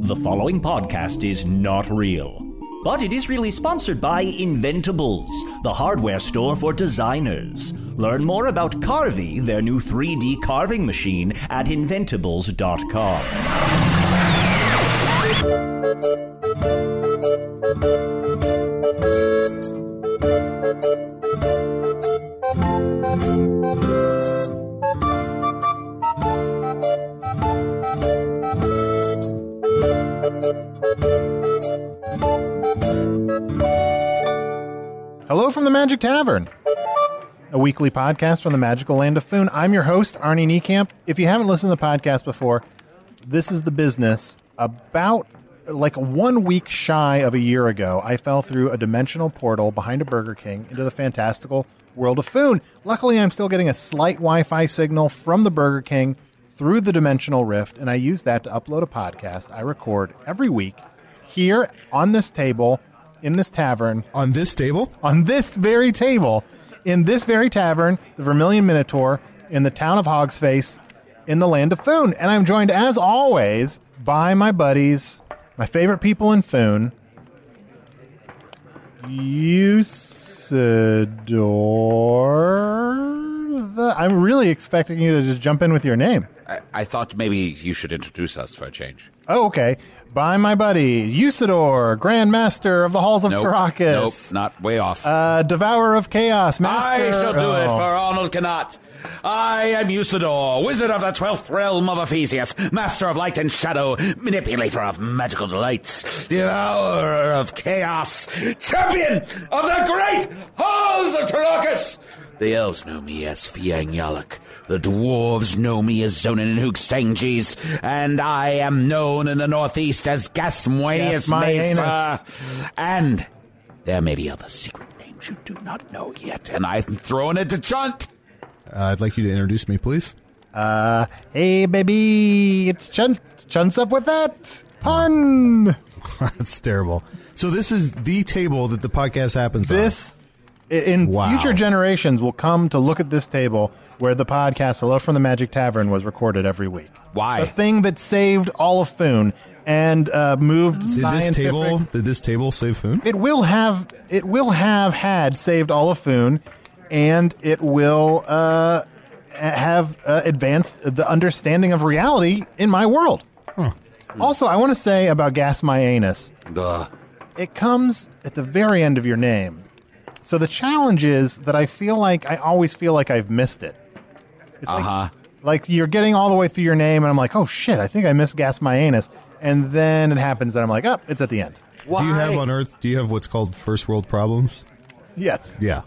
The following podcast is not real, but it is really sponsored by Inventables, the hardware store for designers. Learn more about Carvey, their new 3D carving machine, at inventables.com. Oh, Hello from the Magic Tavern, a weekly podcast from the magical land of Foon. I'm your host, Arnie Niekamp. If you haven't listened to the podcast before, this is the business. About like one week shy of a year ago, I fell through a dimensional portal behind a Burger King into the fantastical world of Foon. Luckily, I'm still getting a slight Wi Fi signal from the Burger King through the dimensional rift, and I use that to upload a podcast I record every week here on this table in this tavern on this table. on this very table, in this very tavern, the Vermilion Minotaur, in the town of Hogsface, in the land of Foon. And I'm joined, as always, by my buddies, my favorite people in Foon, Usador. The, I'm really expecting you to just jump in with your name. I, I thought maybe you should introduce us for a change. Oh, okay. By my buddy, Usador, Grand Master of the Halls of Nope. Tarakas, Nope, not way off. uh, Devourer of Chaos, Master I shall do it oh. for Arnold Cannot. I am Usador, wizard of the twelfth realm of Ephesius, master of light and shadow, manipulator of magical delights, devourer of chaos, champion of the great halls of Tarakas. The elves know me as Fiang Yalak. The dwarves know me as Zonin and Hookstangis, and I am known in the northeast as Gasmoenius Gasmoenus. Mesa. And there may be other secret names you do not know yet, and I'm throwing it to Chunt. Uh, I'd like you to introduce me, please. Uh, hey, baby, it's Chun. Chun's up with that pun. That's terrible. So this is the table that the podcast happens on. This, i- in Wow. future generations, will come to look at this table where the podcast "Hello from the Magic Tavern" was recorded every week. Why? The thing that saved all of Foon and uh, moved Did this scientific. table? Did this table save food? It will have. It will have had saved all of Foon, and it will uh, have uh, advanced the understanding of reality in my world. Also, I want to say about gas my anus. Ugh. It comes at the very end of your name. So the challenge is that I feel like I always feel like I've missed it. It's Uh-huh. like like you're getting all the way through your name, and I'm like, oh shit, I think I missed gas my anus, and then it happens, and I'm like, oh, it's at the end. Do you have on Earth? Do you have what's called first world problems? Yes. Yeah,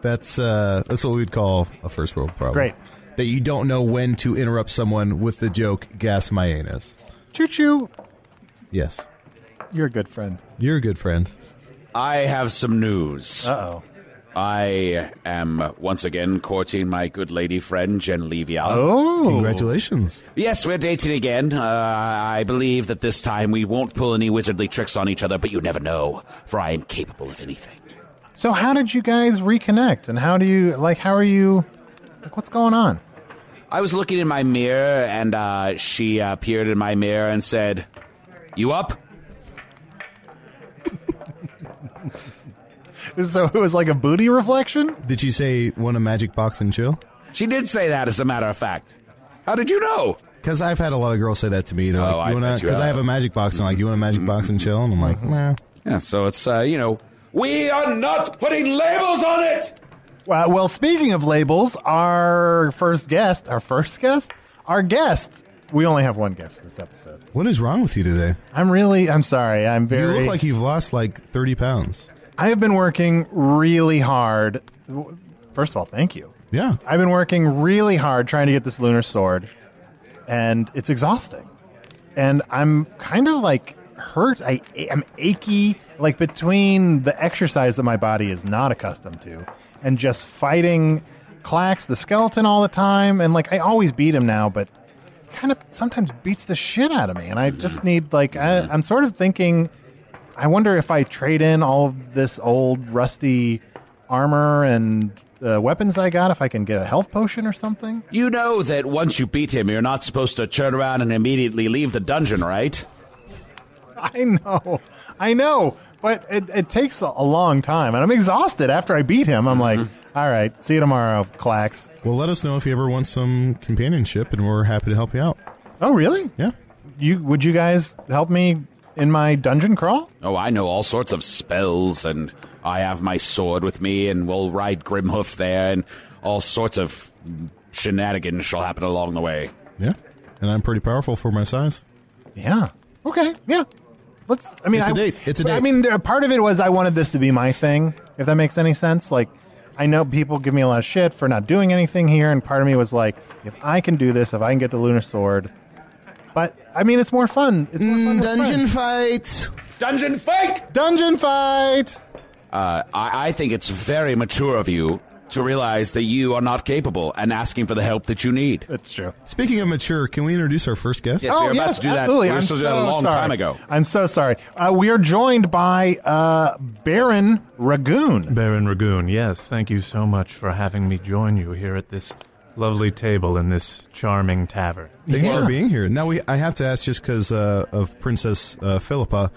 that's uh, that's what we'd call a first world problem. Great. That you don't know when to interrupt someone with the joke "gas my anus." Choo choo. Yes, You're a good friend. you're a good friend. I have some news. Uh oh. I am once again courting my good lady friend Genlevia. Oh, Congratulations. Yes, we're dating again. Uh, I believe that this time we won't pull any wizardly tricks on each other, but you never know, for I am capable of anything. So how did you guys reconnect? And how do you like? How are you? Like, what's going on? I was looking in my mirror, and uh, she uh, appeared in my mirror and said, You up? So it was like a booty reflection. Did she say want a magic box and chill? She did say that, as a matter of fact. How did you know? Because I've had a lot of girls say that to me. They're Oh, like, I you want bet to? you Because I have. have a magic box and like, you want a magic box and chill? And I'm like, nah. Mm-hmm. Yeah, so it's, uh, you know, we are not putting labels on it! Well, well, speaking of labels, our first guest, our first guest, our guest. We only have one guest this episode. What is wrong with you today? I'm really, I'm sorry. I'm very. You look like you've lost like 30 pounds. I have been working really hard. First of all, thank you. Yeah. I've been working really hard trying to get this lunar sword, and it's exhausting. And I'm kind of like hurt. I am achy, like between the exercise that my body is not accustomed to, and just fighting Clax the skeleton all the time. And like I always beat him now, but he kind of sometimes beats the shit out of me. And I just need like I, I'm sort of thinking. I wonder if I trade in all of this old rusty armor and uh, weapons I got, if I can get a health potion or something. You know that once you beat him, you're not supposed to turn around and immediately leave the dungeon, right? I know, I know, but it, it takes a, a long time, and I'm exhausted after I beat him. I'm like, all right, see you tomorrow, Clax. Mm-hmm. Well, let us know if you ever want some companionship and we're happy to help you out. Oh, really? Yeah. You would you guys help me in my dungeon crawl? Oh, I know all sorts of spells, and I have my sword with me, and we'll ride Grimhoof there, and all sorts of shenanigans shall happen along the way. Yeah. And I'm pretty powerful for my size. Yeah. Okay. Yeah. Let's. I mean, It's a I- date. It's a I date. mean, there, part of it was I wanted this to be my thing, if that makes any sense. Like, I know people give me a lot of shit for not doing anything here, and part of me was like, if I can do this, if I can get the lunar sword. But I mean, it's more fun. It's more fun. with friends. Mm, fight. Dungeon fight! dungeon fight. Uh, I, I think it's very mature of you to realize that you are not capable and asking for the help that you need. That's true. Speaking of mature, can we introduce our first guest? Yes. we were about to do that- Oh, absolutely. we were I'm supposed so to do that a long sorry. time ago. I'm so sorry. Uh, we are joined by uh, Baron Ragoon. Baron Ragoon, yes, thank you so much for having me join you here at this lovely table in this charming tavern. Thanks Yeah. for being here. Now we, I have to ask, just because uh, of Princess uh, Philippa,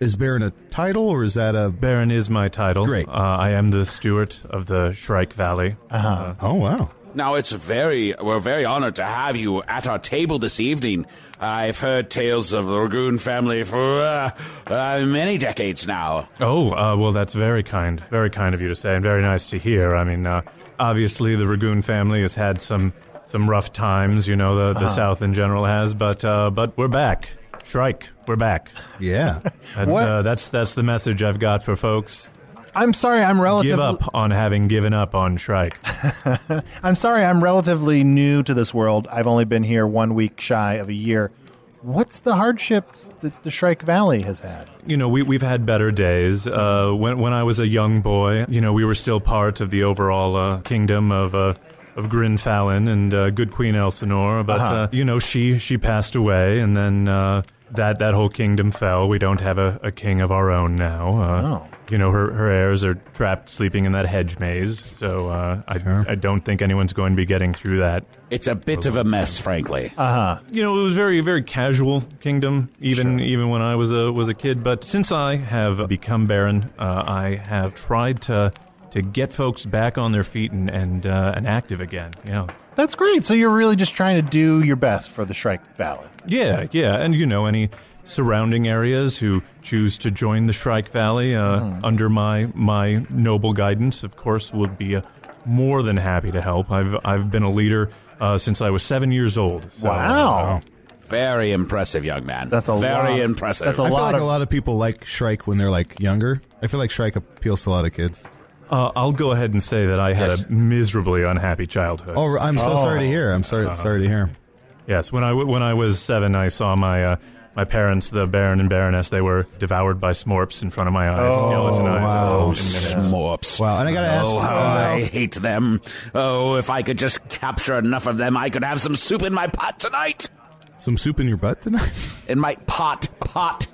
is Baron a title or is that a? Baron is my title. Great. Uh, I am the steward of the Shrike Valley. Uh, Oh wow! Now it's very we're very honored to have you at our table this evening. I've heard tales of the Ragoon family for uh, uh, many decades now. Oh, uh, well, that's very kind. Very kind of you to say, and very nice to hear. I mean, uh, obviously, the Ragoon family has had some some rough times, you know, the, the South in general has, but uh, but we're back. Shrike, we're back. Yeah, That's, What- Uh, that's, that's the message I've got for folks. I'm sorry. I'm relatively. Give up on having given up on Shrike. I'm sorry, I'm relatively new to this world. I've only been here one week shy of a year. What's the hardships that the Shrike Valley has had? you know, we, we've had better days. Uh, when, when I was a young boy, you know, we were still part of the overall uh, kingdom of, uh, of Grin Fallon and uh, good Queen Elsinore. But, uh, you know, she, she passed away, and then uh, that, that whole kingdom fell. We don't have a, a king of our own now. Uh, Oh. You know, her, her heirs are trapped sleeping in that hedge maze. So uh, I, I don't think anyone's going to be getting through that It's a bit of a mess, frankly. you know, it was very, very casual kingdom, even even when I was a was a kid. But since I have become Baron, uh, I have tried to to get folks back on their feet and and, uh, and active again. You know. That's great. So you're really just trying to do your best for the Shrike Valley. Yeah, yeah, and you know any surrounding areas who choose to join the Shrike Valley uh, under my my noble guidance, of course, would be uh, more than happy to help. I've I've been a leader uh, since I was seven years old. So, wow. very impressive, young man. That's a very lot- impressive. that's a I feel lot like of- a lot of people like Shrike when they're like younger. I feel like Shrike appeals to a lot of kids. Uh, I'll go ahead and say that I had Yes. a miserably unhappy childhood. Uh-huh. Oh, I'm so sorry to hear. I'm sorry, sorry to hear. Yes, when I w- when I was seven, I saw my uh, my parents, the Baron and Baroness, they were devoured by smorps in front of my eyes. Oh, skeleton eyes. wow. in Oh, minutes. Smorps. Wow, and I gotta ask Oh, you, how uh, I hate them. Oh, if I could just capture enough of them, I could have some soup in my pot tonight. Some soup in your butt tonight? In my pot, pot.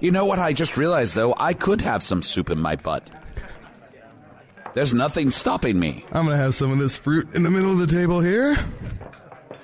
You know what I just realized, though? I could have some soup in my butt. There's nothing stopping me. I'm gonna have some of this fruit in the middle of the table here.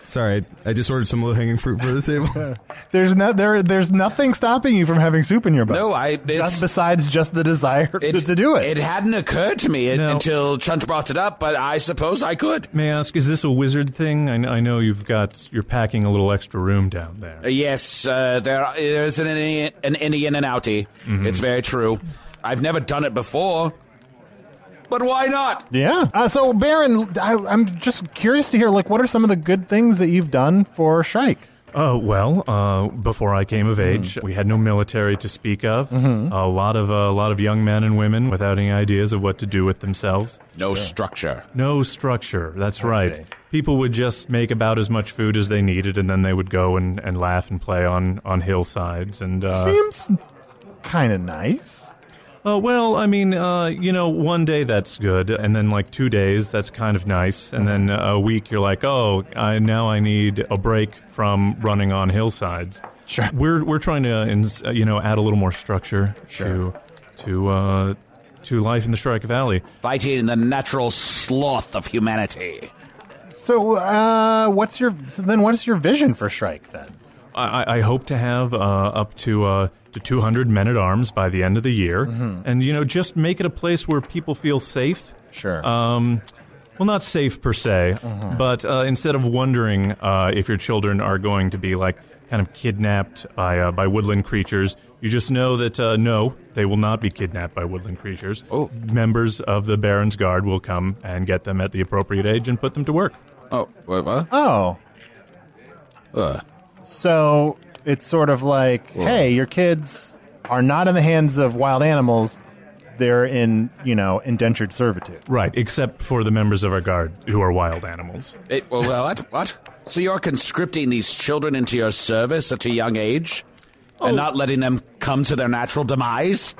Sorry, I I just ordered some low hanging fruit for the table. There's no there. There's nothing stopping you from having soup in your butt. No, I- it's- just besides just the desire to, to do it. It hadn't occurred to me No. until Chunt brought it up, but I suppose I could. May I ask, is this a wizard thing? I, kn- I know you've got you're packing a little extra room down there. Yes, uh, there there is an Indian, an Indian and outie. It's very true. I've never done it before, but why not? yeah. Uh, so Baron, I, I'm just curious to hear like what are some of the good things that you've done for Shrike? Uh, well, uh, before I came of Mm-hmm. age, we had no military to speak of. A lot of a lot of young men and women without any ideas of what to do with themselves. No structure. No structure. That's right. People would just make about as much food as they needed, and then they would go and, and laugh and play on on hillsides. And uh, Seems kind of nice. Uh, well, I mean, uh, you know, one day that's good, and then like two days that's kind of nice, and then Mm-hmm. a week you're like, oh, I now I need a break from running on hillsides. Sure. We're we're trying to, ins- uh, you know, add a little more structure to to uh, to life in the Shrike Valley. Fighting the natural sloth of humanity. So, uh, what's your so then? What's your vision for Shrike then? I, I- I hope to have uh, up to uh, to 200 men at arms by the end of the year, Mm-hmm. and you know, just make it a place where people feel safe. Sure. Um, well, not safe per se, Mm-hmm. but uh, instead of wondering uh, if your children are going to be like kind of kidnapped by uh, by woodland creatures, you just know that uh, no, they will not be kidnapped by woodland creatures. Oh. Members of the Baron's Guard will come and get them at the appropriate age and put them to work. Oh, wait, what? oh, Uh, so it's sort of like, hey, your kids are not in the hands of wild animals; they're in, you know, indentured servitude. Right, except for the members of our guard who are wild animals. it, well, well, what? What? So you're conscripting these children into your service at a young age, and not letting them come to their natural demise?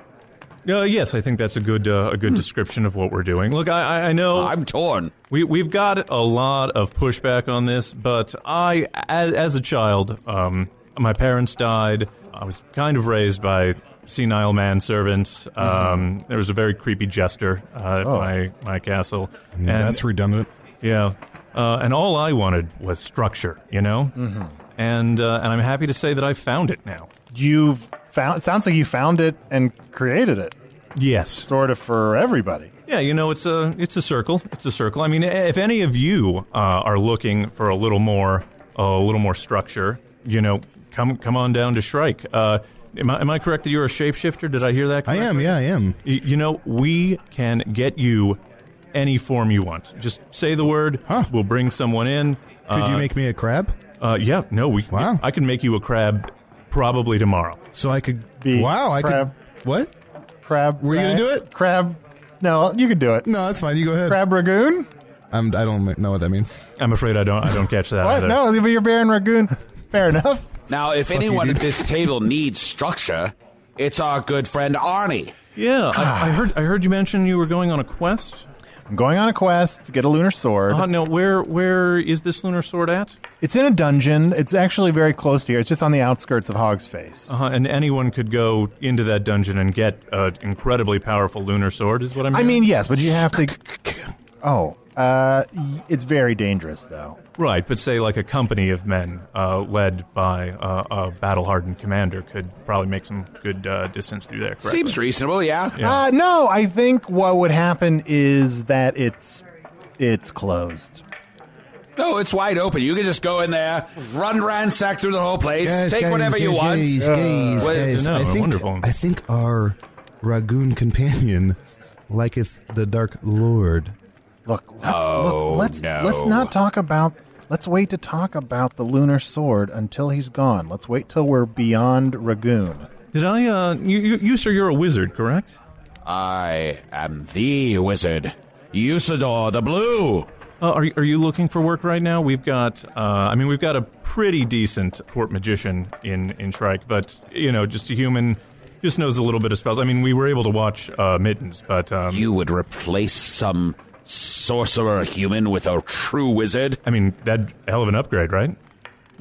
Uh, yes, I think that's a good uh, a good description of what we're doing. Look, I, I- I know I'm torn. We, we've got a lot of pushback on this, but I, as, as a child, um, my parents died. I was kind of raised by senile manservants. Um, there was a very creepy jester uh, at my, my castle. And, Mm, That's redundant. yeah. Uh, and all I wanted was structure, you know? Mm-hmm. And, uh, and I'm happy to say that I found it now. You've found. It sounds like you found it and created it, Yes. sort of for everybody. Yeah, you know, it's a it's a circle. It's a circle. I mean, if any of you uh, are looking for a little more a little more structure, you know, come come on down to Shrike. Uh, am I am I correct that you're a shapeshifter? Did I hear that? I correctly? am, yeah, I am. Y- You know, we can get you any form you want. Just say the word. Huh. We'll bring someone in. Could you make me a crab? Uh, yeah, no, we. Wow. I can make you a crab probably tomorrow. So I could Be Wow, I crab. could What? Crab. Were you gonna crab- do it? Crab. No, you could do it. No, that's fine. You go ahead. Crab ragoon. I'm, I don't ma- know what that means. I'm afraid I don't. Uh, I don't catch that. What? either. No, but you're Baron Ragoon. Fair enough. Now, if anyone at this table needs structure, it's our good friend Arnie. Yeah, I, I heard. I heard you mention you were going on a quest. I'm going on a quest to get a lunar sword. Uh, no, where where is this lunar sword at? It's in a dungeon. It's actually very close to here. It's just on the outskirts of Hog's Face. Uh, and anyone could go into that dungeon and get an incredibly powerful lunar sword, is what I'm. I hearing? mean, yes, but you have to. Oh, uh, y- it's very dangerous, though. right? But say like a company of men uh, led by uh, a battle-hardened commander could probably make some good uh, distance through there. Correct? Seems reasonable, yeah. Uh, no, I think what would happen is that it's it's closed. No, it's wide open. You can just go in there, run ransack through the whole place, take whatever you want. Uh, Well, guys, no, I think- wonderful. I think our Ragoon companion liketh the Dark Lord. Look, let's, Oh, look, let's no. let's not talk about. Let's wait to talk about the lunar sword until he's gone. Let's wait till we're beyond Ragoon. Did I? Uh, you, you, you, sir, you're a wizard, correct? I am the wizard, Usador the Blue. Uh, are, are you looking for work right now? We've got, uh, I mean, we've got a pretty decent court magician in, in Shrike, but, you know, just a human, just knows a little bit of spells. I mean, we were able to watch uh, Mittens, but, um, You would replace some sorcerer human with a true wizard? I mean, that hell of an upgrade, right?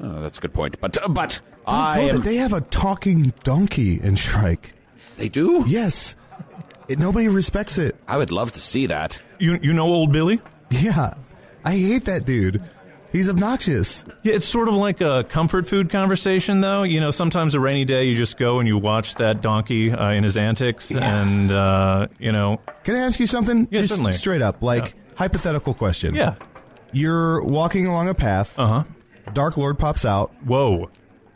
Oh, that's a good point. But, but, I I am. They have a talking donkey in Shrike. They do? Yes. It, nobody respects it. I would love to see that. You, you know old Billy? Yeah. I hate that dude. He's obnoxious. Yeah, it's sort of like a comfort food conversation, though. You know, sometimes a rainy day, you just go and you watch that donkey uh, in his antics, and uh, you know, Can I ask you something? Yeah, Just certainly. straight up, like hypothetical question. yeah, You're walking along a path. uh huh. Dark Lord pops out. Whoa,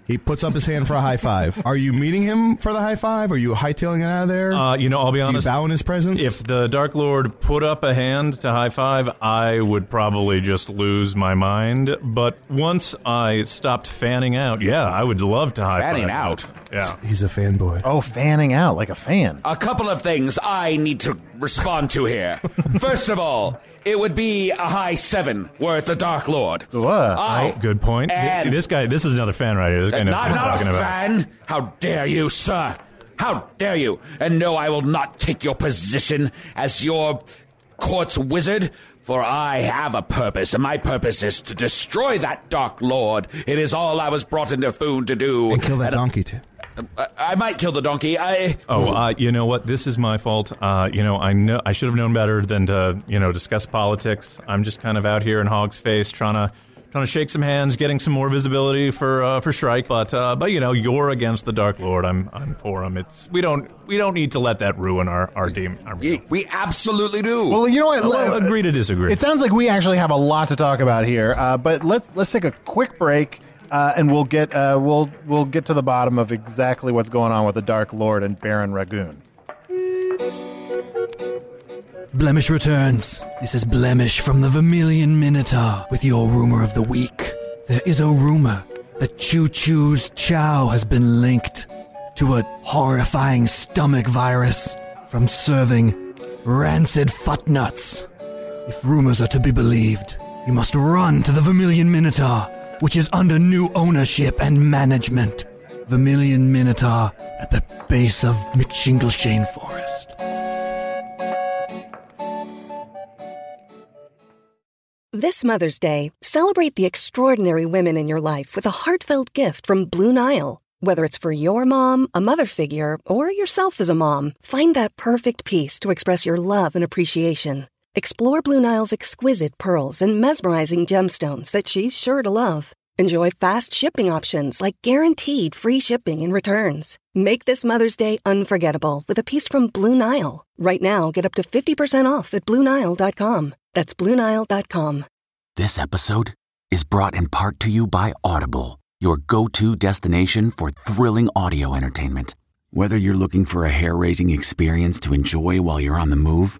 He puts up his hand for a high five. Are you meeting him for the high five? Are you hightailing it out of there? uh, you know, I'll be Do you honest. bow in his presence? If the Dark Lord put up a hand to high five, I would probably just lose my mind. But once I stopped fanning out, yeah, I would love to high Fanning five. out? Yeah. he's a fanboy. Oh, fanning out like a fan. A couple of things I need to respond to here. First of all, it would be a high seven were it the Dark Lord. What? I, Oh, Good point. Th- And- This guy, this is another fan right here. This guy knows not what he's not a talking about. fan. How dare you, sir? How dare you? And no, I will not take your position as your court's wizard, for I have a purpose, and my purpose is to destroy that dark lord. It is all I was brought into Foon to do. and kill that donkey too. I, I might kill the donkey. I. Oh, uh, you know what? This is my fault. Uh, you know, I know I should have known better than to, you know, discuss politics. I'm just kind of out here in Hog's face, trying to trying to shake some hands, getting some more visibility for uh, for Shrike. But uh, but you know, you're against the Dark Lord. I'm I'm for him. It's we don't we don't need to let that ruin our our team. Our y- We absolutely do. well, you know what? Well, Let- agree to disagree. It sounds like we actually have a lot to talk about here, uh, but let's let's take a quick break, uh, and we'll get uh, we'll we'll get to the bottom of exactly what's going on with the Dark Lord and Baron Ragoon. Blemish returns. This is Blemish from the Vermilion Minotaur with your rumor of the week. There is a rumor that Choo Choo's chow has been linked to a horrifying stomach virus from serving rancid fut nuts. If rumors are to be believed, you must run to the Vermilion Minotaur, which is under new ownership and management. Vermilion Minotaur at the base of McShingleshane Forest. This Mother's Day, celebrate the extraordinary women in your life with a heartfelt gift from Blue Nile. Whether it's for your mom, a mother figure, or yourself as a mom, find that perfect piece to express your love and appreciation. Explore Blue Nile's exquisite pearls and mesmerizing gemstones that she's sure to love. Enjoy fast shipping options like guaranteed free shipping and returns. Make this Mother's Day unforgettable with a piece from Blue Nile. Right now, get up to 50% off at BlueNile.com. That's BlueNile.com. This episode is brought in part to you by Audible, your go to destination for thrilling audio entertainment. Whether you're looking for a hair raising experience to enjoy while you're on the move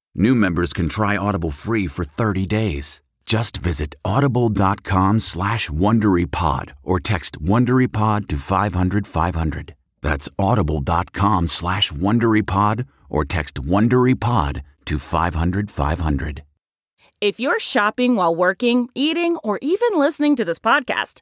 new members can try Audible free for 30 days. Just visit audible.com slash WonderyPod or text WonderyPod to 500 500. That's audible.com slash WonderyPod or text WonderyPod to 500 500. If you're shopping while working, eating, or even listening to this podcast,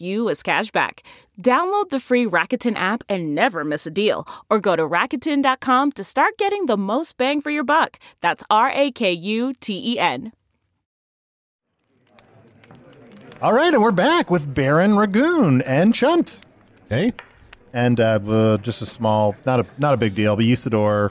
you as cash back. Download the free Rakuten app and never miss a deal, or go to Rakuten.com to start getting the most bang for your buck. That's R A K U T E N. All right, and we're back with Baron Ragoon and Chunt. Hey, and uh, uh, just a small, not a not a big deal, but Usador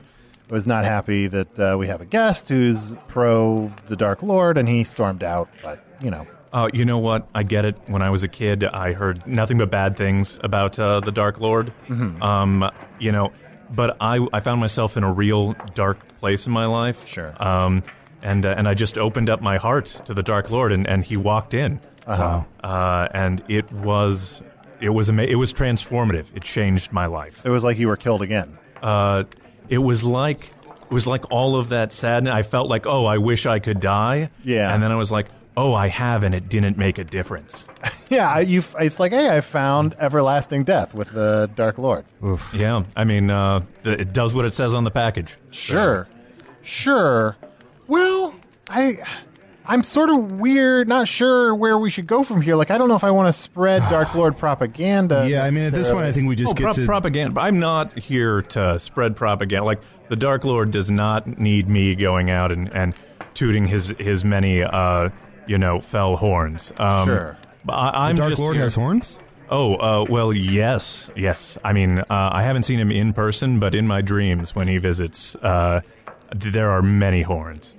was not happy that uh, we have a guest who's pro the Dark Lord, and he stormed out. But you know, Oh, you know what? I get it. When I was a kid, I heard nothing but bad things about uh, the Dark Lord. Mhm. Um, you know, but I I found myself in a real dark place in my life. Sure. Um, and uh, and I just opened up my heart to the Dark Lord, and, and he walked in. Uh-huh. Uh, and it was it was ama- it was transformative. It changed my life. It was like you were killed again. Uh, it was like it was like all of that sadness. I felt like, oh, I wish I could die. Yeah. And then I was like, oh, I have, and it didn't make a difference. yeah, I- you. f- It's like, hey, I found everlasting death with the Dark Lord. Yeah, I mean, uh, th- it does what it says on the package. Sure, sure. Well, I, I'm sort of weird. Not sure where we should go from here. Like, I don't know if I want to spread Dark Lord propaganda. necessarily. Oh, prop- propaganda. I'm not here to spread propaganda. Like the Dark Lord does not need me going out and, and tooting his his many uh, you know fell horns. Um, Sure. but I, I'm the Dark just Lord here- has horns. Oh uh, well, yes, yes. I mean, uh, I haven't seen him in person, but in my dreams when he visits, uh, th- there are many horns.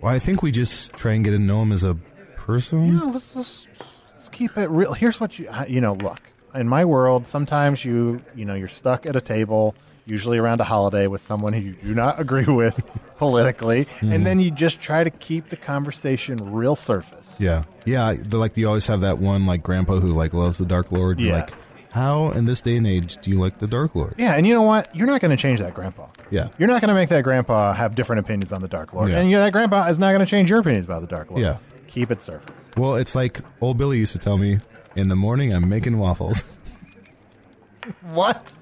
Well, I think we just try and get to know him as a person. Yeah, let's, let's, let's keep it real. Here's what you I- you know. Look, in my world, sometimes you you know you're stuck at a table, usually around a holiday, with someone who you do not agree with politically, Mhm. and then you just try to keep the conversation real surface. Yeah, yeah. the- Like you always have that one like grandpa who like loves the Dark Lord. You're Yeah. Like, how in this day and age do you like the Dark Lord? Yeah, and you know what? You're not going to change that grandpa. Yeah. You're not going to make that grandpa have different opinions on the Dark Lord, Yeah. and you, that grandpa is not going to change your opinions about the Dark Lord. Yeah. keep it surface. Well, it's like old Billy used to tell me. In the morning, I'm making waffles. What?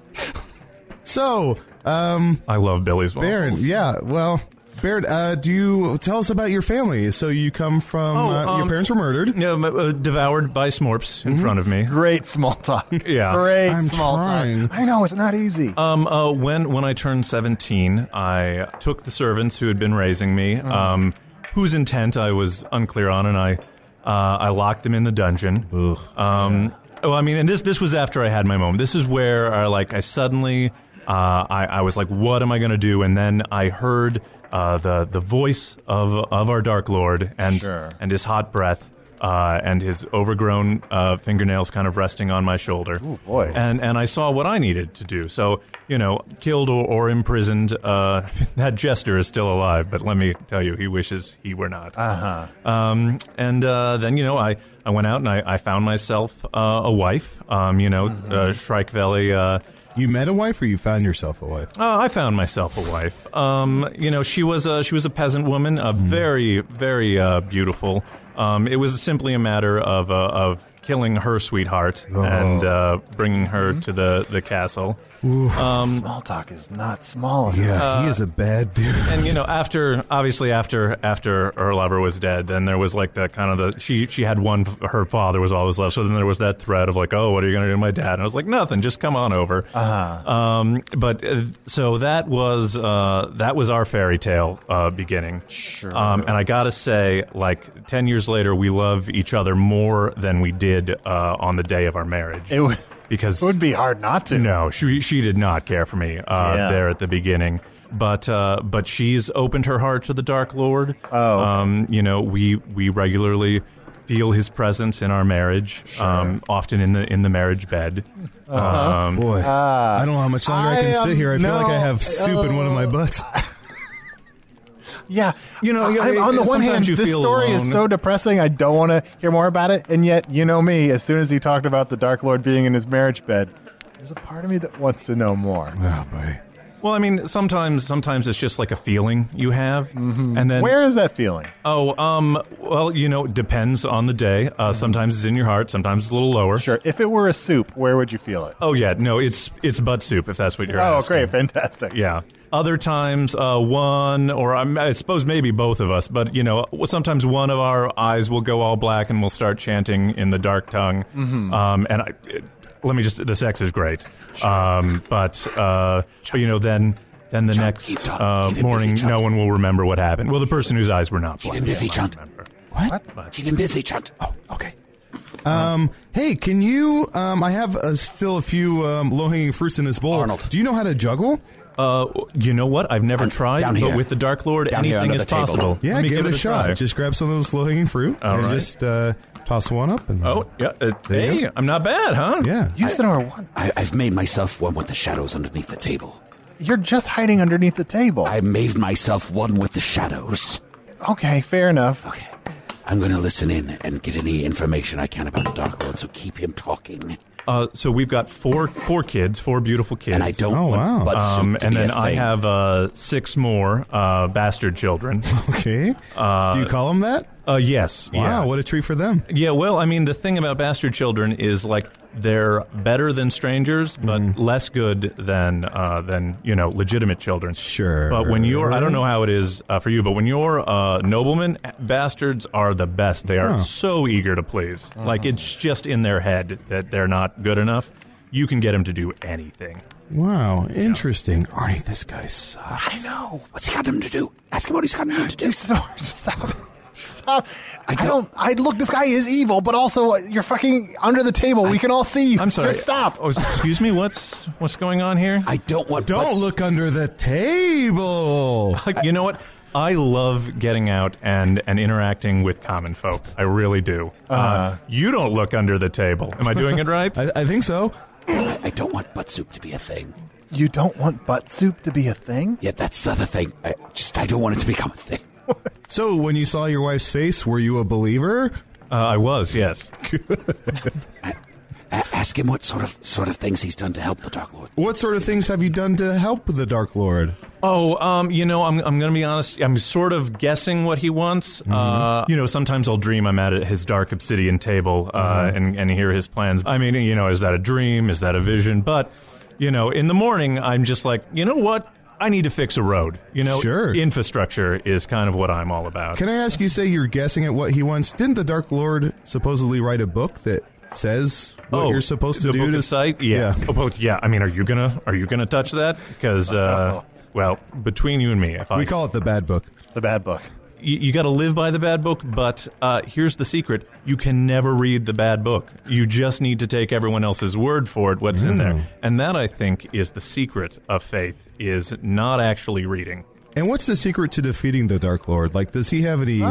So, um, I love Billy's waffles. Baron, yeah. Well, Baron, uh, do you tell us about your family? So you come from Oh, uh, your um, parents were murdered. Mm-hmm. No, m- uh, devoured by Smorps in front of me. Great small talk. Yeah. Great small talk. I know it's not easy. Um, uh, when when I turned seventeen, I took the servants who had been raising me, Mm. um, whose intent I was unclear on, and I uh, I locked them in the dungeon. Um, Oh, I mean, and this this was after I had my moment. This is where I like I suddenly uh, I I was like, what am I gonna do? And then I heard uh, the the voice of of our Dark Lord and and his hot breath. Uh, and his overgrown uh, fingernails kind of resting on my shoulder. Oh boy! And and I saw what I needed to do. So you know, killed or, or imprisoned. Uh, that jester is still alive, but let me tell you, he wishes he were not. Uh Um, and uh, then, you know, I, I went out and I, I found myself uh, a wife, um, you know, uh, Shrike Valley. Uh, Mm-hmm. you met a wife or you found yourself a wife? Uh, I found myself a wife. Um, you know, she was a, she was a peasant woman, Mm-hmm. uh, very, very uh, beautiful. Um, it was simply a matter of, uh, of killing her sweetheart Oh. and uh, bringing her Mm-hmm. to the, the castle. small talk is not small. Yeah, he Um, Uh, is a bad dude. and you know after obviously after after her lover was dead then there was like the kind of the she she had one her father was always left so then there was that threat of like oh what are you going to do to my dad and i was like nothing just come on over uh-huh. um but uh, so that was uh that was our fairy tale uh beginning sure um and i gotta say like 10 years later we love each other more than we did uh on the day of our marriage it would because it would be hard not to. no, she she did not care for me uh, Yeah. there at the beginning. But uh, but she's opened her heart to the Dark Lord. Oh, um, you know we we regularly feel his presence in our marriage, um, often in the in the marriage bed. um, Uh-huh. Boy, I don't know how much longer I, can I, sit here. I feel um, like no, I uh, have soup in one of my butts. Yeah, you know. I, yeah, on the it- one sometimes hand, you this feel story is alone. so depressing. I don't want to hear more about it. And yet, you know me. As soon as he talked about the Dark Lord being in his marriage bed, there's a part of me that wants to know more. Oh, Well, I mean, sometimes sometimes it's just like a feeling you have, and then Mm-hmm. Where is that feeling? Oh, um, well, you know, it depends on the day. Uh, Sometimes it's in your heart, sometimes it's a little lower. Mm-hmm. Sure. If it were a soup, where would you feel it? Oh yeah, no, it's it's butt soup if that's what you're oh, asking. great, fantastic. Yeah. Other times, uh, one or I'm- I suppose maybe both of us, but you know, sometimes one of our eyes will go all black and we'll start chanting in the dark tongue. Mm-hmm. Mhm. Um, and I, it, let me just, the sex is great. Um, but, uh, but, you know, then. Then the next uh, morning, no one will remember what happened. Well, the person whose eyes were not black. him busy, will Chunt. remember. What? Keep him busy, Chunt. Oh, okay. Um, hey, can you? Um, I have uh, still a few um, low hanging fruits in this bowl. Arnold, do you know how to juggle? Uh, you know what? I've never tried, down but here. with the Dark Lord, Down here anything under is the table. possible. Yeah, Let me give it a shot. try. Just grab some of those low hanging fruit All and right. just uh, toss one up. And oh, yeah. Uh, There you hey, go. I'm not bad, huh? Yeah. Use an R1. I, I've made myself one with the shadows underneath the table. You're just hiding underneath the table. I made myself one with the shadows. okay, fair enough. I'm going to listen in and get any information I can about the Dark Lord, so keep him talking. Uh, so we've got four four kids, four beautiful kids. And I don't Oh, want wow. butt soup Um, to and be then a I thing. have uh, six more uh, bastard children. Okay. Uh, do you call them that? Uh, yes. Wow, Yeah. what a treat for them. Yeah, well, I mean, the thing about bastard children is like they're better than strangers, but Mm-hmm. less good than uh, than you know legitimate children. Sure. But when you're, I don't know how it is uh, for you, but when you're uh, nobleman, bastards are the best. They are Huh. Uh-huh. so eager to please. Like it's just in their head that they're not good enough. You can get them to do anything. Wow, interesting. Arnie, this guy sucks. I know. What's he got him to do? Ask him what he's got him to do. Stop. Stop. Stop. I don't, I look. This guy is evil, but also uh, you're fucking under the table. we can all see you. I'm sorry. Just stop. Oh, excuse me. What's what's going on here? I don't want. Don't look under the table. Uh, you know what? I love getting out and, and interacting with common folk. I really do. Uh, you don't look under the table. Am I doing it right? Uh-huh. I, I think so. I, I don't want butt soup to be a thing. You don't want butt soup to be a thing? Yeah, that's the other thing. I just I don't want it to become a thing. So, when you saw your wife's face, were you a believer? Uh, I was, yes. A- ask him what sort of sort of things he's done to help the Dark Lord. What sort of things have you done to help the Dark Lord? Oh, um, you know, I'm, I'm going to be honest. I'm sort of guessing what he wants. Mm-hmm. Uh, you know, sometimes I'll dream I'm at his dark obsidian table uh, Mm-hmm. and, and hear his plans. I mean, you know, is that a dream? Is that a vision? But, you know, in the morning, I'm just like, you know what? I need to fix a road. You know, Sure. infrastructure is kind of what I'm all about. Can I ask you, say you're guessing at what he wants? Didn't the Dark Lord supposedly write a book that says what you're supposed to Oh, the do book to of sight? Yeah. Oh, both- yeah. I mean, are you gonna are you gonna touch that? Because uh, well, between you and me, if I We call it the bad book. The bad book. you, you got to live by the bad book, but uh, here's the secret: you can never read the bad book. You just need to take everyone else's word for it. What's in Mm. there, and that I think is the secret of faith: is not actually reading. And what's the secret to defeating the Dark Lord? Like, does he have any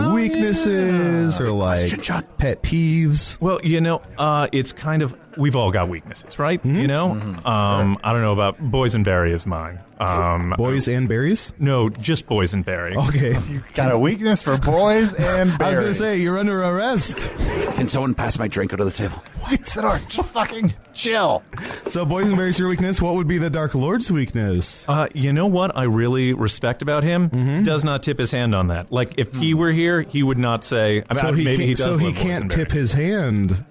weaknesses or like Oh, question, John. pet peeves? Well, you know, uh, it's kind of we've all got weaknesses, right? Mm-hmm. You know, um, I don't know about boysenberry is mine. Um, Boys and berries? no, just boysenberry. Okay. Got a weakness for boys and I was berries. going to say, you're under arrest. Can someone pass my drink under the table? Wait, Sidor, just fucking chill. So, boys and berries, your weakness. What would be the Dark Lord's weakness? Mm-hmm. Uh, you know what I really respect about him? Does not tip his hand on that. Like if he were here, he would not say. I mean, so he maybe can't, he does. so he love can't Boysenberry. tip his hand.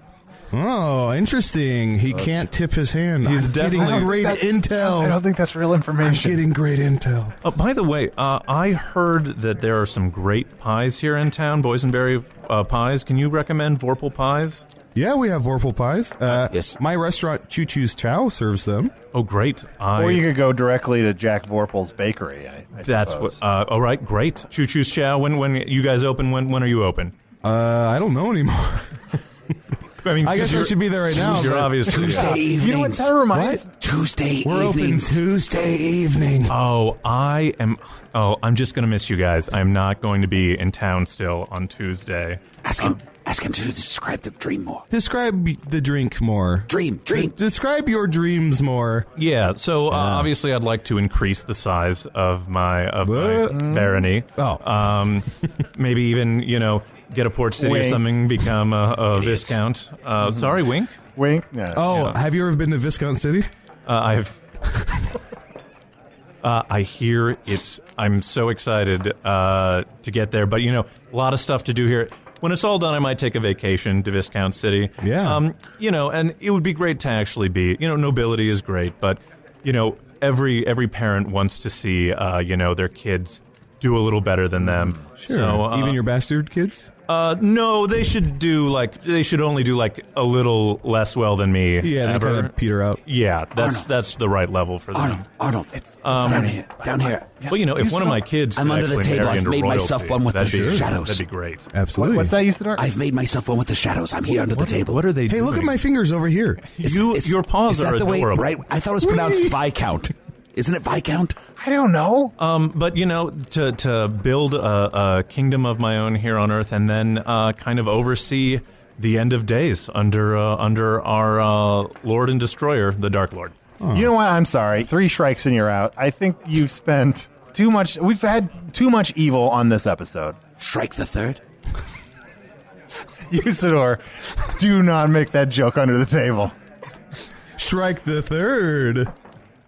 Oh, interesting. He can't tip his hand. He's I'm getting definitely- great That- intel. I don't think that's real information. getting great intel. Oh, by the way, uh, I heard that there are some great pies here in town. Boysenberry uh, pies. Can you recommend Vorpal pies? Yeah, we have Vorpal pies. Uh, yes. My restaurant, Choo Choo's Chow, serves them. Oh, great! I, Or you could go directly to Jack Vorpal's bakery. I, I that's suppose. what. Uh, all right, great. Choo choo's chow. When when you guys open? When when are you open? Uh, I don't know anymore. I mean, I 'cause guess I you're- should be there right now. You're but- obviously Tuesday evenings. You know what that reminds Tuesday We're open evenings. Tuesday evening. Oh, I am. Oh, I'm just gonna miss you guys. I'm not going to be in town still on Tuesday. Um, Ask him. ask him to describe the dream more. Describe the drink more. Dream, dream. Describe your dreams more. Yeah, so uh, obviously I'd like to increase the size of my of my What? barony. Oh. um, maybe even you know get a port city Wink. or something, become a, a Idiots. viscount. Uh, Mm-hmm. Mm-hmm. Sorry, wink. Wink. Yeah. Oh, have you ever been to Viscount City? Uh, I've. Uh, I hear it's. I'm so excited uh, to get there, but you know, a lot of stuff to do here. When it's all done, I might take a vacation to Viscount City. Yeah. Um, you know, and it would be great to actually be. You know, nobility is great, but you know, every every parent wants to see uh, you know their kids do a little better than them. Sure. So, uh, Even your bastard kids? uh, no, they should do like they should only do like a little less well than me. Yeah, they ever. kinda peter out. Yeah, that's that's the right level for them. Arnold, Arnold, it's, Um, down here, down here. well, you know, if one of my kids, I'm could under the actually table. marry I've into made royalty, myself one with the that'd be- shadows. That'd be great. Absolutely. What's that, Usador? I've made myself one with the shadows. I'm here under the table. What are they? Hey, doing? look at my fingers over here. you. your paws is that are the way, adorable. right? I thought it was pronounced Viscount. Isn't it Viscount? I don't know. Um, but you know, to to build a, a kingdom of my own here on Earth, and then uh, kind of oversee the end of days under uh, under our uh, Lord and Destroyer, the Dark Lord. You know what? I'm sorry. Three strikes and you're out. I think you've spent too much. We've had too much evil on this episode. Shrike the Third? Usador, do not make that joke under the table. Shrike the Third.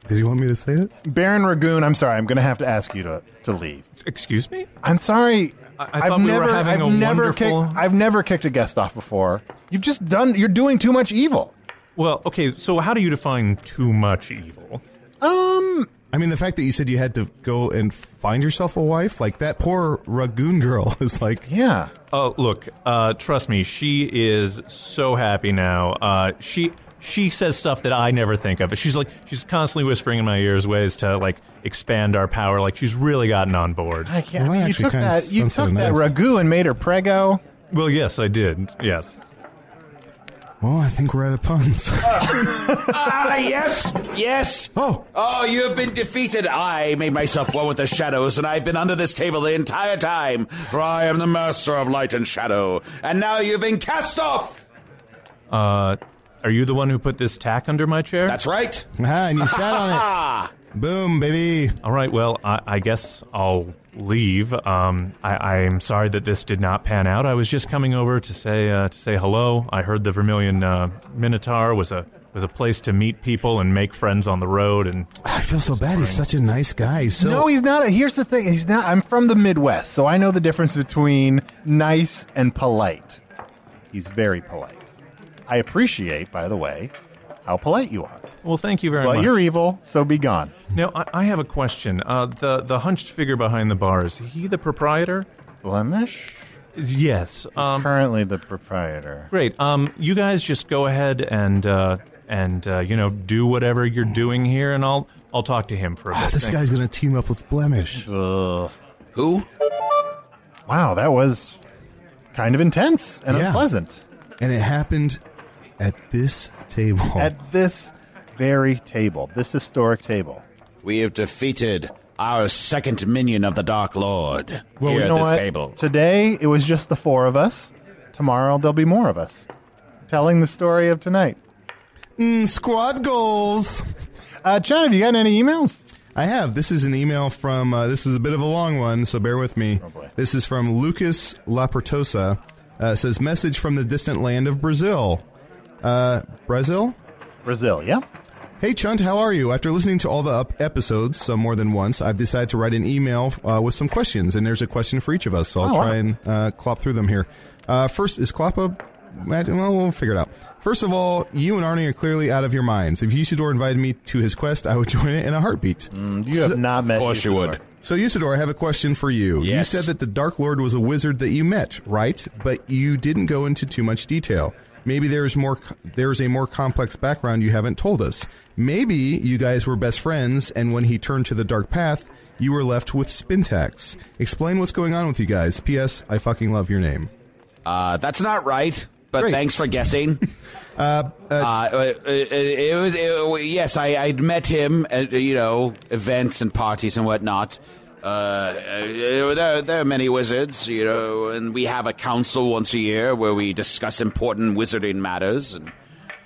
Did you want me to say it? Baron Ragoon, I'm sorry. I'm going to have to ask you to, to leave. Excuse me. I'm sorry. I- I thought we were having I've a never wonderful- kicked. I've never kicked a guest off before. You've just done. You're doing too much evil. Well, okay. So, how do you define too much evil? Um, I mean, the fact that you said you had to go and find yourself a wife, like that poor Ragoon girl is like, Yeah. Oh, look. Uh, trust me, she is so happy now. Uh, she she says stuff that I never think of. She's like she's constantly whispering in my ears ways to like expand our power. Like she's really gotten on board. I can't. Well, that you actually took kinda that. You sounds took kinda that nice. ragu and made her prego. Well, yes, I did. Yes. well, Oh, I think we're out of puns. Ah, yes, yes. Oh. oh, you have been defeated. I made myself one with the shadows, and I've been under this table the entire time. For I am the master of light and shadow, and now you've been cast off. Uh, are you the one who put this tack under my chair? That's right. Ah, and you sat on Ah, it. Boom, baby. All right. Well, I, I guess I'll leave. Um, I, I'm sorry that this did not pan out. I was just coming over to say uh, to say hello. I heard the Vermilion uh, Minotaur was a was a place to meet people and make friends on the road. And I feel so bad. He's such a nice guy. He's So no, he's not. A, here's the thing. He's not. I'm from the Midwest, so I know the difference between nice and polite. He's very polite. I appreciate, by the way, how polite you are. well, thank you very But much. you're evil, so be gone. now, I, I have a question. Uh, the the hunched figure behind the bar is he the proprietor? Blemish Yes. is Um, currently the proprietor. Great. Um, you guys just go ahead and uh, and uh, you know do whatever you're doing here, and I'll I'll talk to him for a bit. Ah, this Thank- guy's gonna team up with Blemish. Ugh. who? Wow, that was kind of intense and Yeah. unpleasant And it happened at this table. at this very table, this historic table. We have defeated our second minion of the Dark Lord Well, here you know at this what? table. Today it was just the four of us. Tomorrow there'll be more of us telling the story of tonight. Mm, squad goals. Uh, John, have you gotten any emails? I have. This is an email from. Uh, this is a bit of a long one, so bear with me. Oh, boy. This is from Lucas Laportosa. Uh, it says message from the distant land of Brazil. Uh, Brazil. Brazil, yeah. Hey Chunt, how are you? After listening to all the up episodes, some more than once, I've decided to write an email uh, with some questions, and there's a question for each of us. So I'll Oh, wow. try and uh, clop through them here. Uh, first, is clop a? Well, we'll figure it out. First of all, you and Arnie are clearly out of your minds. If Usador invited me to his quest, I would join it in a heartbeat. Mm, You have not met. Of course you Isidore. would. So, Usador, I have a question for you. Yes. You said that the Dark Lord was a wizard that you met, right? But you didn't go into too much detail. Maybe there's more. There's a more complex background you haven't told us. Maybe you guys were best friends, and when he turned to the dark path, you were left with Spintax. Explain what's going on with you guys. P.S. I fucking love your name. Uh, that's not right. But Great. thanks for guessing. uh, uh, uh, it was it, yes, I I'd met him at uh, you know events and parties and whatnot. Uh, uh, there, there are many wizards, you know, and we have a council once a year where we discuss important wizarding matters. And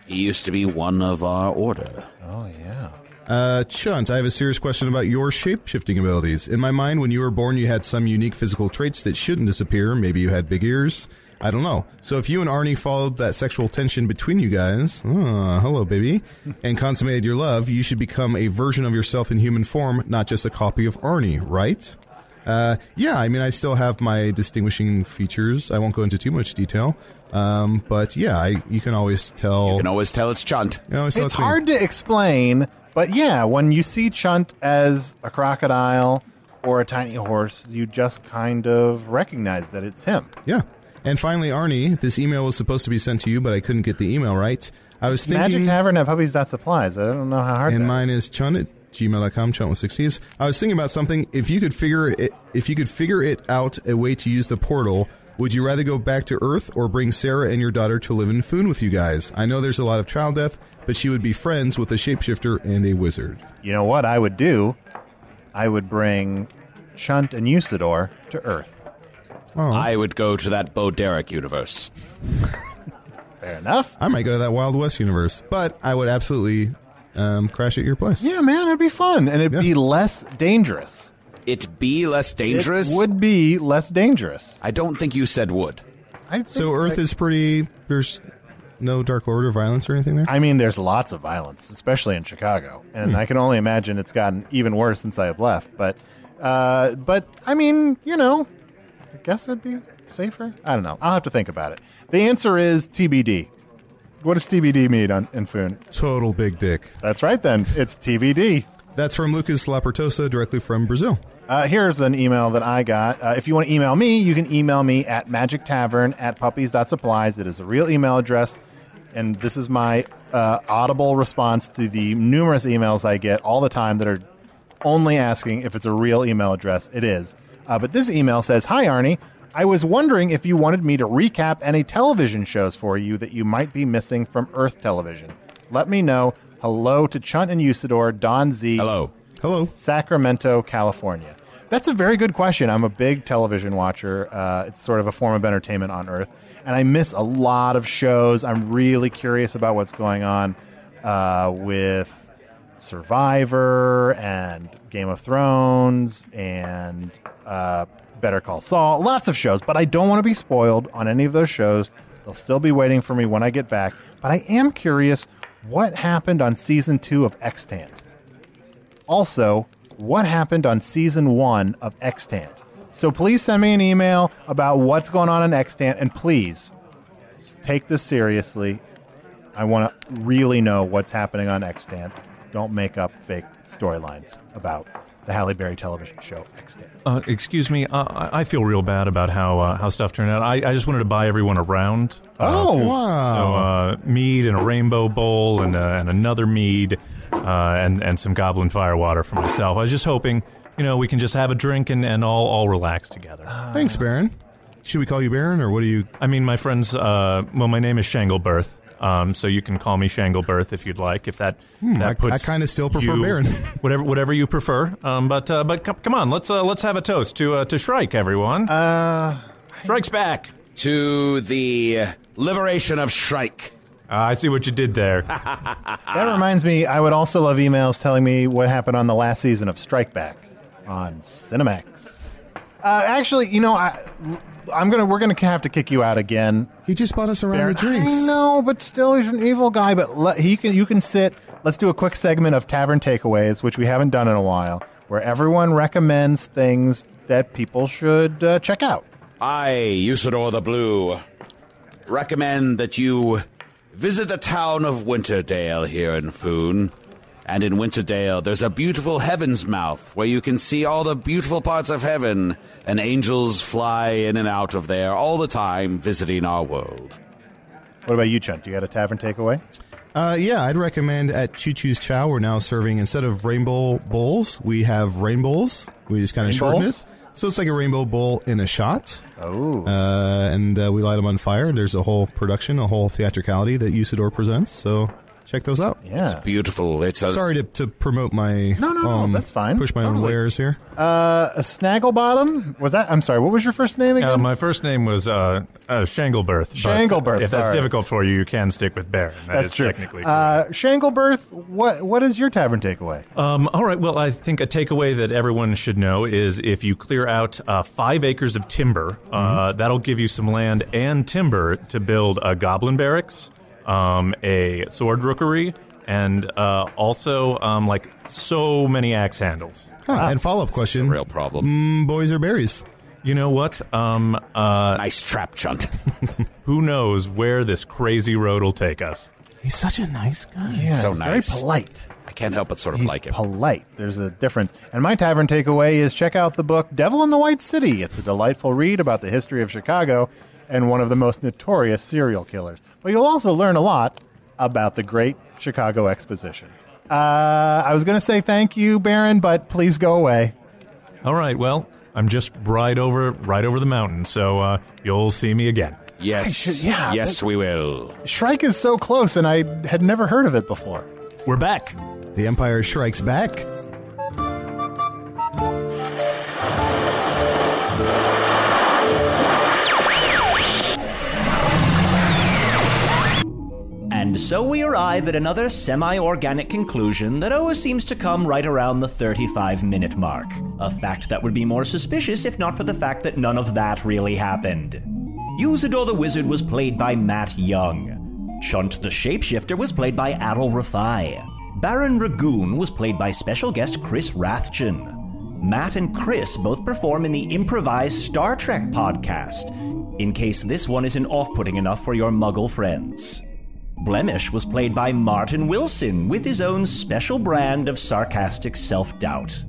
he used to be one of our order. Oh yeah. Uh, Chunt, I have a serious question about your shape shifting abilities. In my mind, when you were born, you had some unique physical traits that shouldn't disappear. Maybe you had big ears. I don't know. So if you and Arnie followed that sexual tension between you guys, ah, hello, baby, and consummated your love, you should become a version of yourself in human form, not just a copy of Arnie, right? Uh, yeah, I mean, I still have my distinguishing features. I won't go into too much detail. Um, but yeah, I, you can always tell. You can always tell it's Chunt. you can always tell it's me. hard to explain, but yeah, when you see Chunt as a crocodile or a tiny horse, you just kind of recognize that it's him. Yeah. And finally, Arnie, this email was supposed to be sent to you, but I couldn't get the email right. I was Magic thinking. Tavern have hubbies dot supplies. I don't know how hard and that mine is. is chun at gmail.com chun with six c's i was thinking about something if you could figure it if you could figure it out a way to use the portal would you rather go back to earth or bring sarah and your daughter to live in foon with you guys i know there's a lot of child death but she would be friends with a shapeshifter and a wizard You know what I would do? I would bring Chunt and Usador to Earth. I would go to that Bo Derek universe. Fair enough. i might go to that wild west universe but i would absolutely um, crash at your place Yeah, man, it'd be fun, and it'd Yeah. be less dangerous. It be less dangerous? It would be less dangerous. I don't think you said would. I think- so earth is pretty there's no dark lord or violence or anything there I mean, there's lots of violence, especially in Chicago, and I can only imagine it's gotten even worse since I have left. But, uh, but I mean, you know, I guess it would be safer. I don't know. I'll have to think about it. The answer is TBD. What does TBD mean on in Foon? total big dick That's right. Then it's TBD. that's from lucas lapertosa directly from brazil Uh, here's an email that I got. Uh, if you want to email me, you can email me at magic tavern at puppies.supplies. It is a real email address. And this is my uh, audible response to the numerous emails I get all the time that are only asking if it's a real email address. It is. Uh, but this email says Hi, Arnie. I was wondering if you wanted me to recap any television shows for you that you might be missing from Earth television. Let me know. Hello to Chunt and Usador, Don Z. Hello. hello Sacramento, California. That's a very good question. I'm a big television watcher. Uh, it's sort of a form of entertainment on Earth, and I miss a lot of shows. I'm really curious about what's going on uh, with Survivor and Game of Thrones and uh, Better Call Saul. Lots of shows, but I don't want to be spoiled on any of those shows. They'll still be waiting for me when I get back. But I am curious what happened on season two of Extant. Also, what happened on season one of Extant? So please send me an email about what's going on in Extant, and please s- take this seriously. I want to really know what's happening on Extant. Don't make up fake storylines about the Halle Berry television show Extant. Uh, excuse me, uh, I- I feel real bad about how uh, how stuff turned out. I, I just wanted to buy everyone a round. Uh, Oh, so, uh, mead and a rainbow bowl and, uh, and another mead uh, and, and some goblin fire water for myself. I was just hoping, you know, we can just have a drink and, and all, all relax together. Ah. Thanks, Baron. Should we call you Baron, or what do you? I mean, my friends, uh, well, my name is Shanglebirth. Um, so you can call me Shanglebirth if you'd like. If that that Hmm, I- puts I kinda still prefer you- Baron. whatever whatever you prefer. Um, but uh, but come, come on, let's uh, let's have a toast to uh, to Shrike, everyone. Uh, Shrike's back. To the liberation of Shrike. Ah, I see what you did there. that Ah. reminds me. I would also love emails telling me what happened on the last season of Strike Back on Cinemax. Uh, actually, you know, I, I'm gonna we're gonna have to kick you out again He just bought us a round of Baron- drinks. I know, but still, he's an evil guy. But le- he can you can sit. Let's do a quick segment of tavern takeaways, which we haven't done in a while, where everyone recommends things that people should uh, check out. I, Usador the Blue, recommend that you visit the town of Winterdale here in Foon. And in Winterdale, there's a beautiful heaven's mouth where you can see all the beautiful parts of heaven, and angels fly in and out of there all the time visiting our world. What about you, Chunt? Do you got a tavern takeaway? Uh, yeah, I'd recommend at Choo Choo's Chow. We're now serving instead of rainbow bowls, we have rainbows. We just kind of shorten Rainbows? it, so it's like a rainbow bowl in a shot. Oh, Uh, and uh, we light them on fire. And there's a whole production, a whole theatricality that Usador presents. So check those out. yeah. Beautiful. It's a Sorry to, to promote my No, no, no, um, that's fine. Push my own Totally. wares here. Uh, a Snagglebottom was that? I'm sorry. What was your first name Uh, again? my first name was uh, uh, Shanglebirth. Shanglebirth, If that's sorry. difficult for you, you can stick with Baron. That That's is true. Technically. Uh, Shanglebirth. What what is your tavern takeaway? Um, all right. Well, I think a takeaway that everyone should know is if you clear out uh, five acres of timber, Mm-hmm. uh, that'll give you some land and timber to build a goblin barracks, um, a sword rookery, and uh, also um, like so many axe handles. Huh, Ah, Ah, and follow up question: real problem. Mm, boys or berries? You know what? Um, uh, Nice trap, Chunt. who knows where this crazy road will take us? He's such a nice guy. Yeah, so it's nice. Very polite. I I can't help but sort of He's like him. polite. There's a difference. And my tavern takeaway is check out the book Devil in the White City. It's a delightful read about the history of Chicago and one of the most notorious serial killers. But you'll also learn a lot about the Great Chicago Exposition. Uh, I was going to say thank you, Baron, but please go away. All right, well, I'm just right over right over the mountain, so uh, you'll see me again. yes, should- yeah, yes, but- we will. Shrike is so close, and I had never heard of it before. We're back. The Empire Strikes Back. And so we arrive at another semi organic conclusion that always seems to come right around the 35 minute mark. A fact that would be more suspicious if not for the fact that none of that really happened. Usador the Wizard was played by Matt Young. Chunt the Shapeshifter was played by Adol Rafai. Baron Ragoon was played by special guest Chris Rathjen. Matt and Chris both perform in the improvised Star Trek podcast, in case this one isn't off putting enough for your muggle friends. Blemish was played by Martin Wilson with his own special brand of sarcastic self doubt.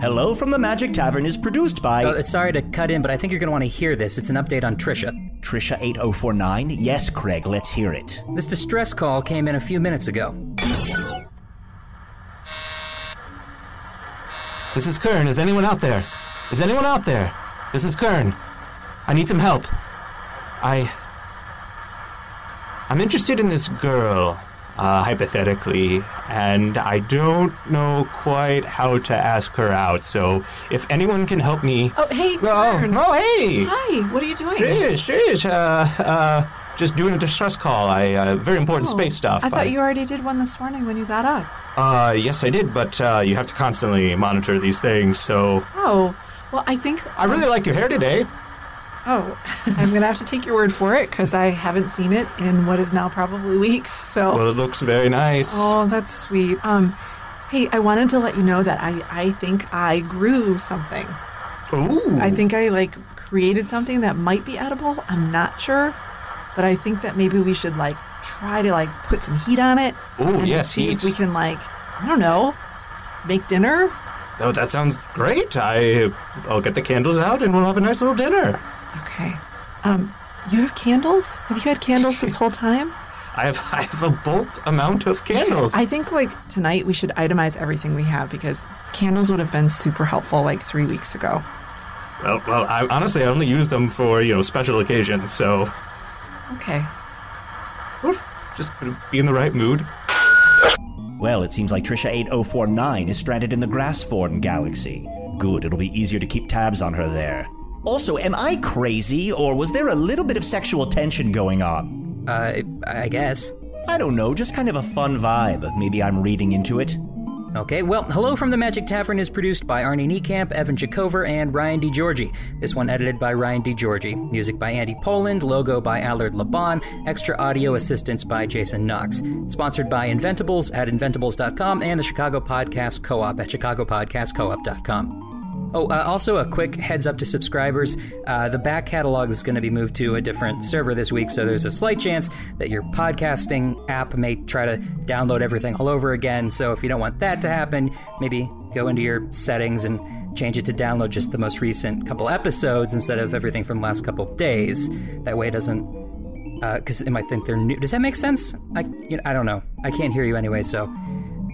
Hello from the Magic Tavern is produced by Uh, sorry to cut in, but I think you're going to want to hear this. It's an update on Trisha. Trisha8049. Yes, Craig, let's hear it. This distress call came in a few minutes ago. This is Kern. Is anyone out there? Is anyone out there? This is Kern. I need some help. I. I'm interested in this girl, uh, hypothetically, and I don't know quite how to ask her out, so if anyone can help me. Oh, hey, Oh, Kern. oh, hey! Hi, what are you doing? Jeez, jeez, uh, uh, just doing a distress call. I, uh, very important Oh, space stuff. I thought you already did one this morning when you got up. Uh, yes, I did, but, uh, you have to constantly monitor these things, so. Oh, well, I think. um, I really like your hair today. Oh, I'm going to have to take your word for it because I haven't seen it in what is now probably weeks. So. Well, it looks very nice. Oh, that's sweet. Um, hey, I wanted to let you know that I, I think I grew something. Ooh. I think I like created something that might be edible. I'm not sure, but I think that maybe we should like try to like put some heat on it. Ooh, and yes, see heat. if we can like I don't know, make dinner. Oh, that sounds great. I, I'll get the candles out and we'll have a nice little dinner. Okay. Um, you have candles? Have you had candles this whole time? I have, I have a bulk amount of candles. I think like tonight we should itemize everything we have because candles would have been super helpful like three weeks ago. well, well, I honestly I only use them for you know special occasions, so Okay. just be in the right mood. Well, it seems like Trisha8049 is stranded in the Grassform galaxy. Good, it'll be easier to keep tabs on her there. Also, am I crazy, or was there a little bit of sexual tension going on? Uh, I guess. I don't know, just kind of a fun vibe. Maybe I'm reading into it. Okay, well, Hello from the Magic Tavern is produced by Arnie Niekamp, Evan Jacover, and Ryan DiGiorgi. This one edited by Ryan DiGiorgi. Music by Andy Poland, logo by Allard Laban, extra audio assistance by Jason Knox. Sponsored by Inventables at Inventables.com and the Chicago Podcast Co-op at ChicagoPodcastCoop.com. Oh, uh, also a quick heads up to subscribers. Uh, the back catalog is going to be moved to a different server this week, so there's a slight chance that your podcasting app may try to download everything all over again. So if you don't want that to happen, maybe go into your settings and change it to download just the most recent couple episodes instead of everything from the last couple days. That way it doesn't. Because Uh, it might think they're new. Does that make sense? I, you know, I don't know. I can't hear you anyway, so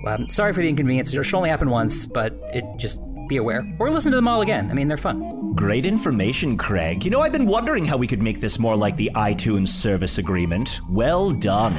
um, sorry for the inconvenience. It should only happen once, but it just be aware or listen to them all again. I mean, they're fun. Great information, Craig. You know, I've been wondering how we could make this more like the iTunes service agreement. Well done.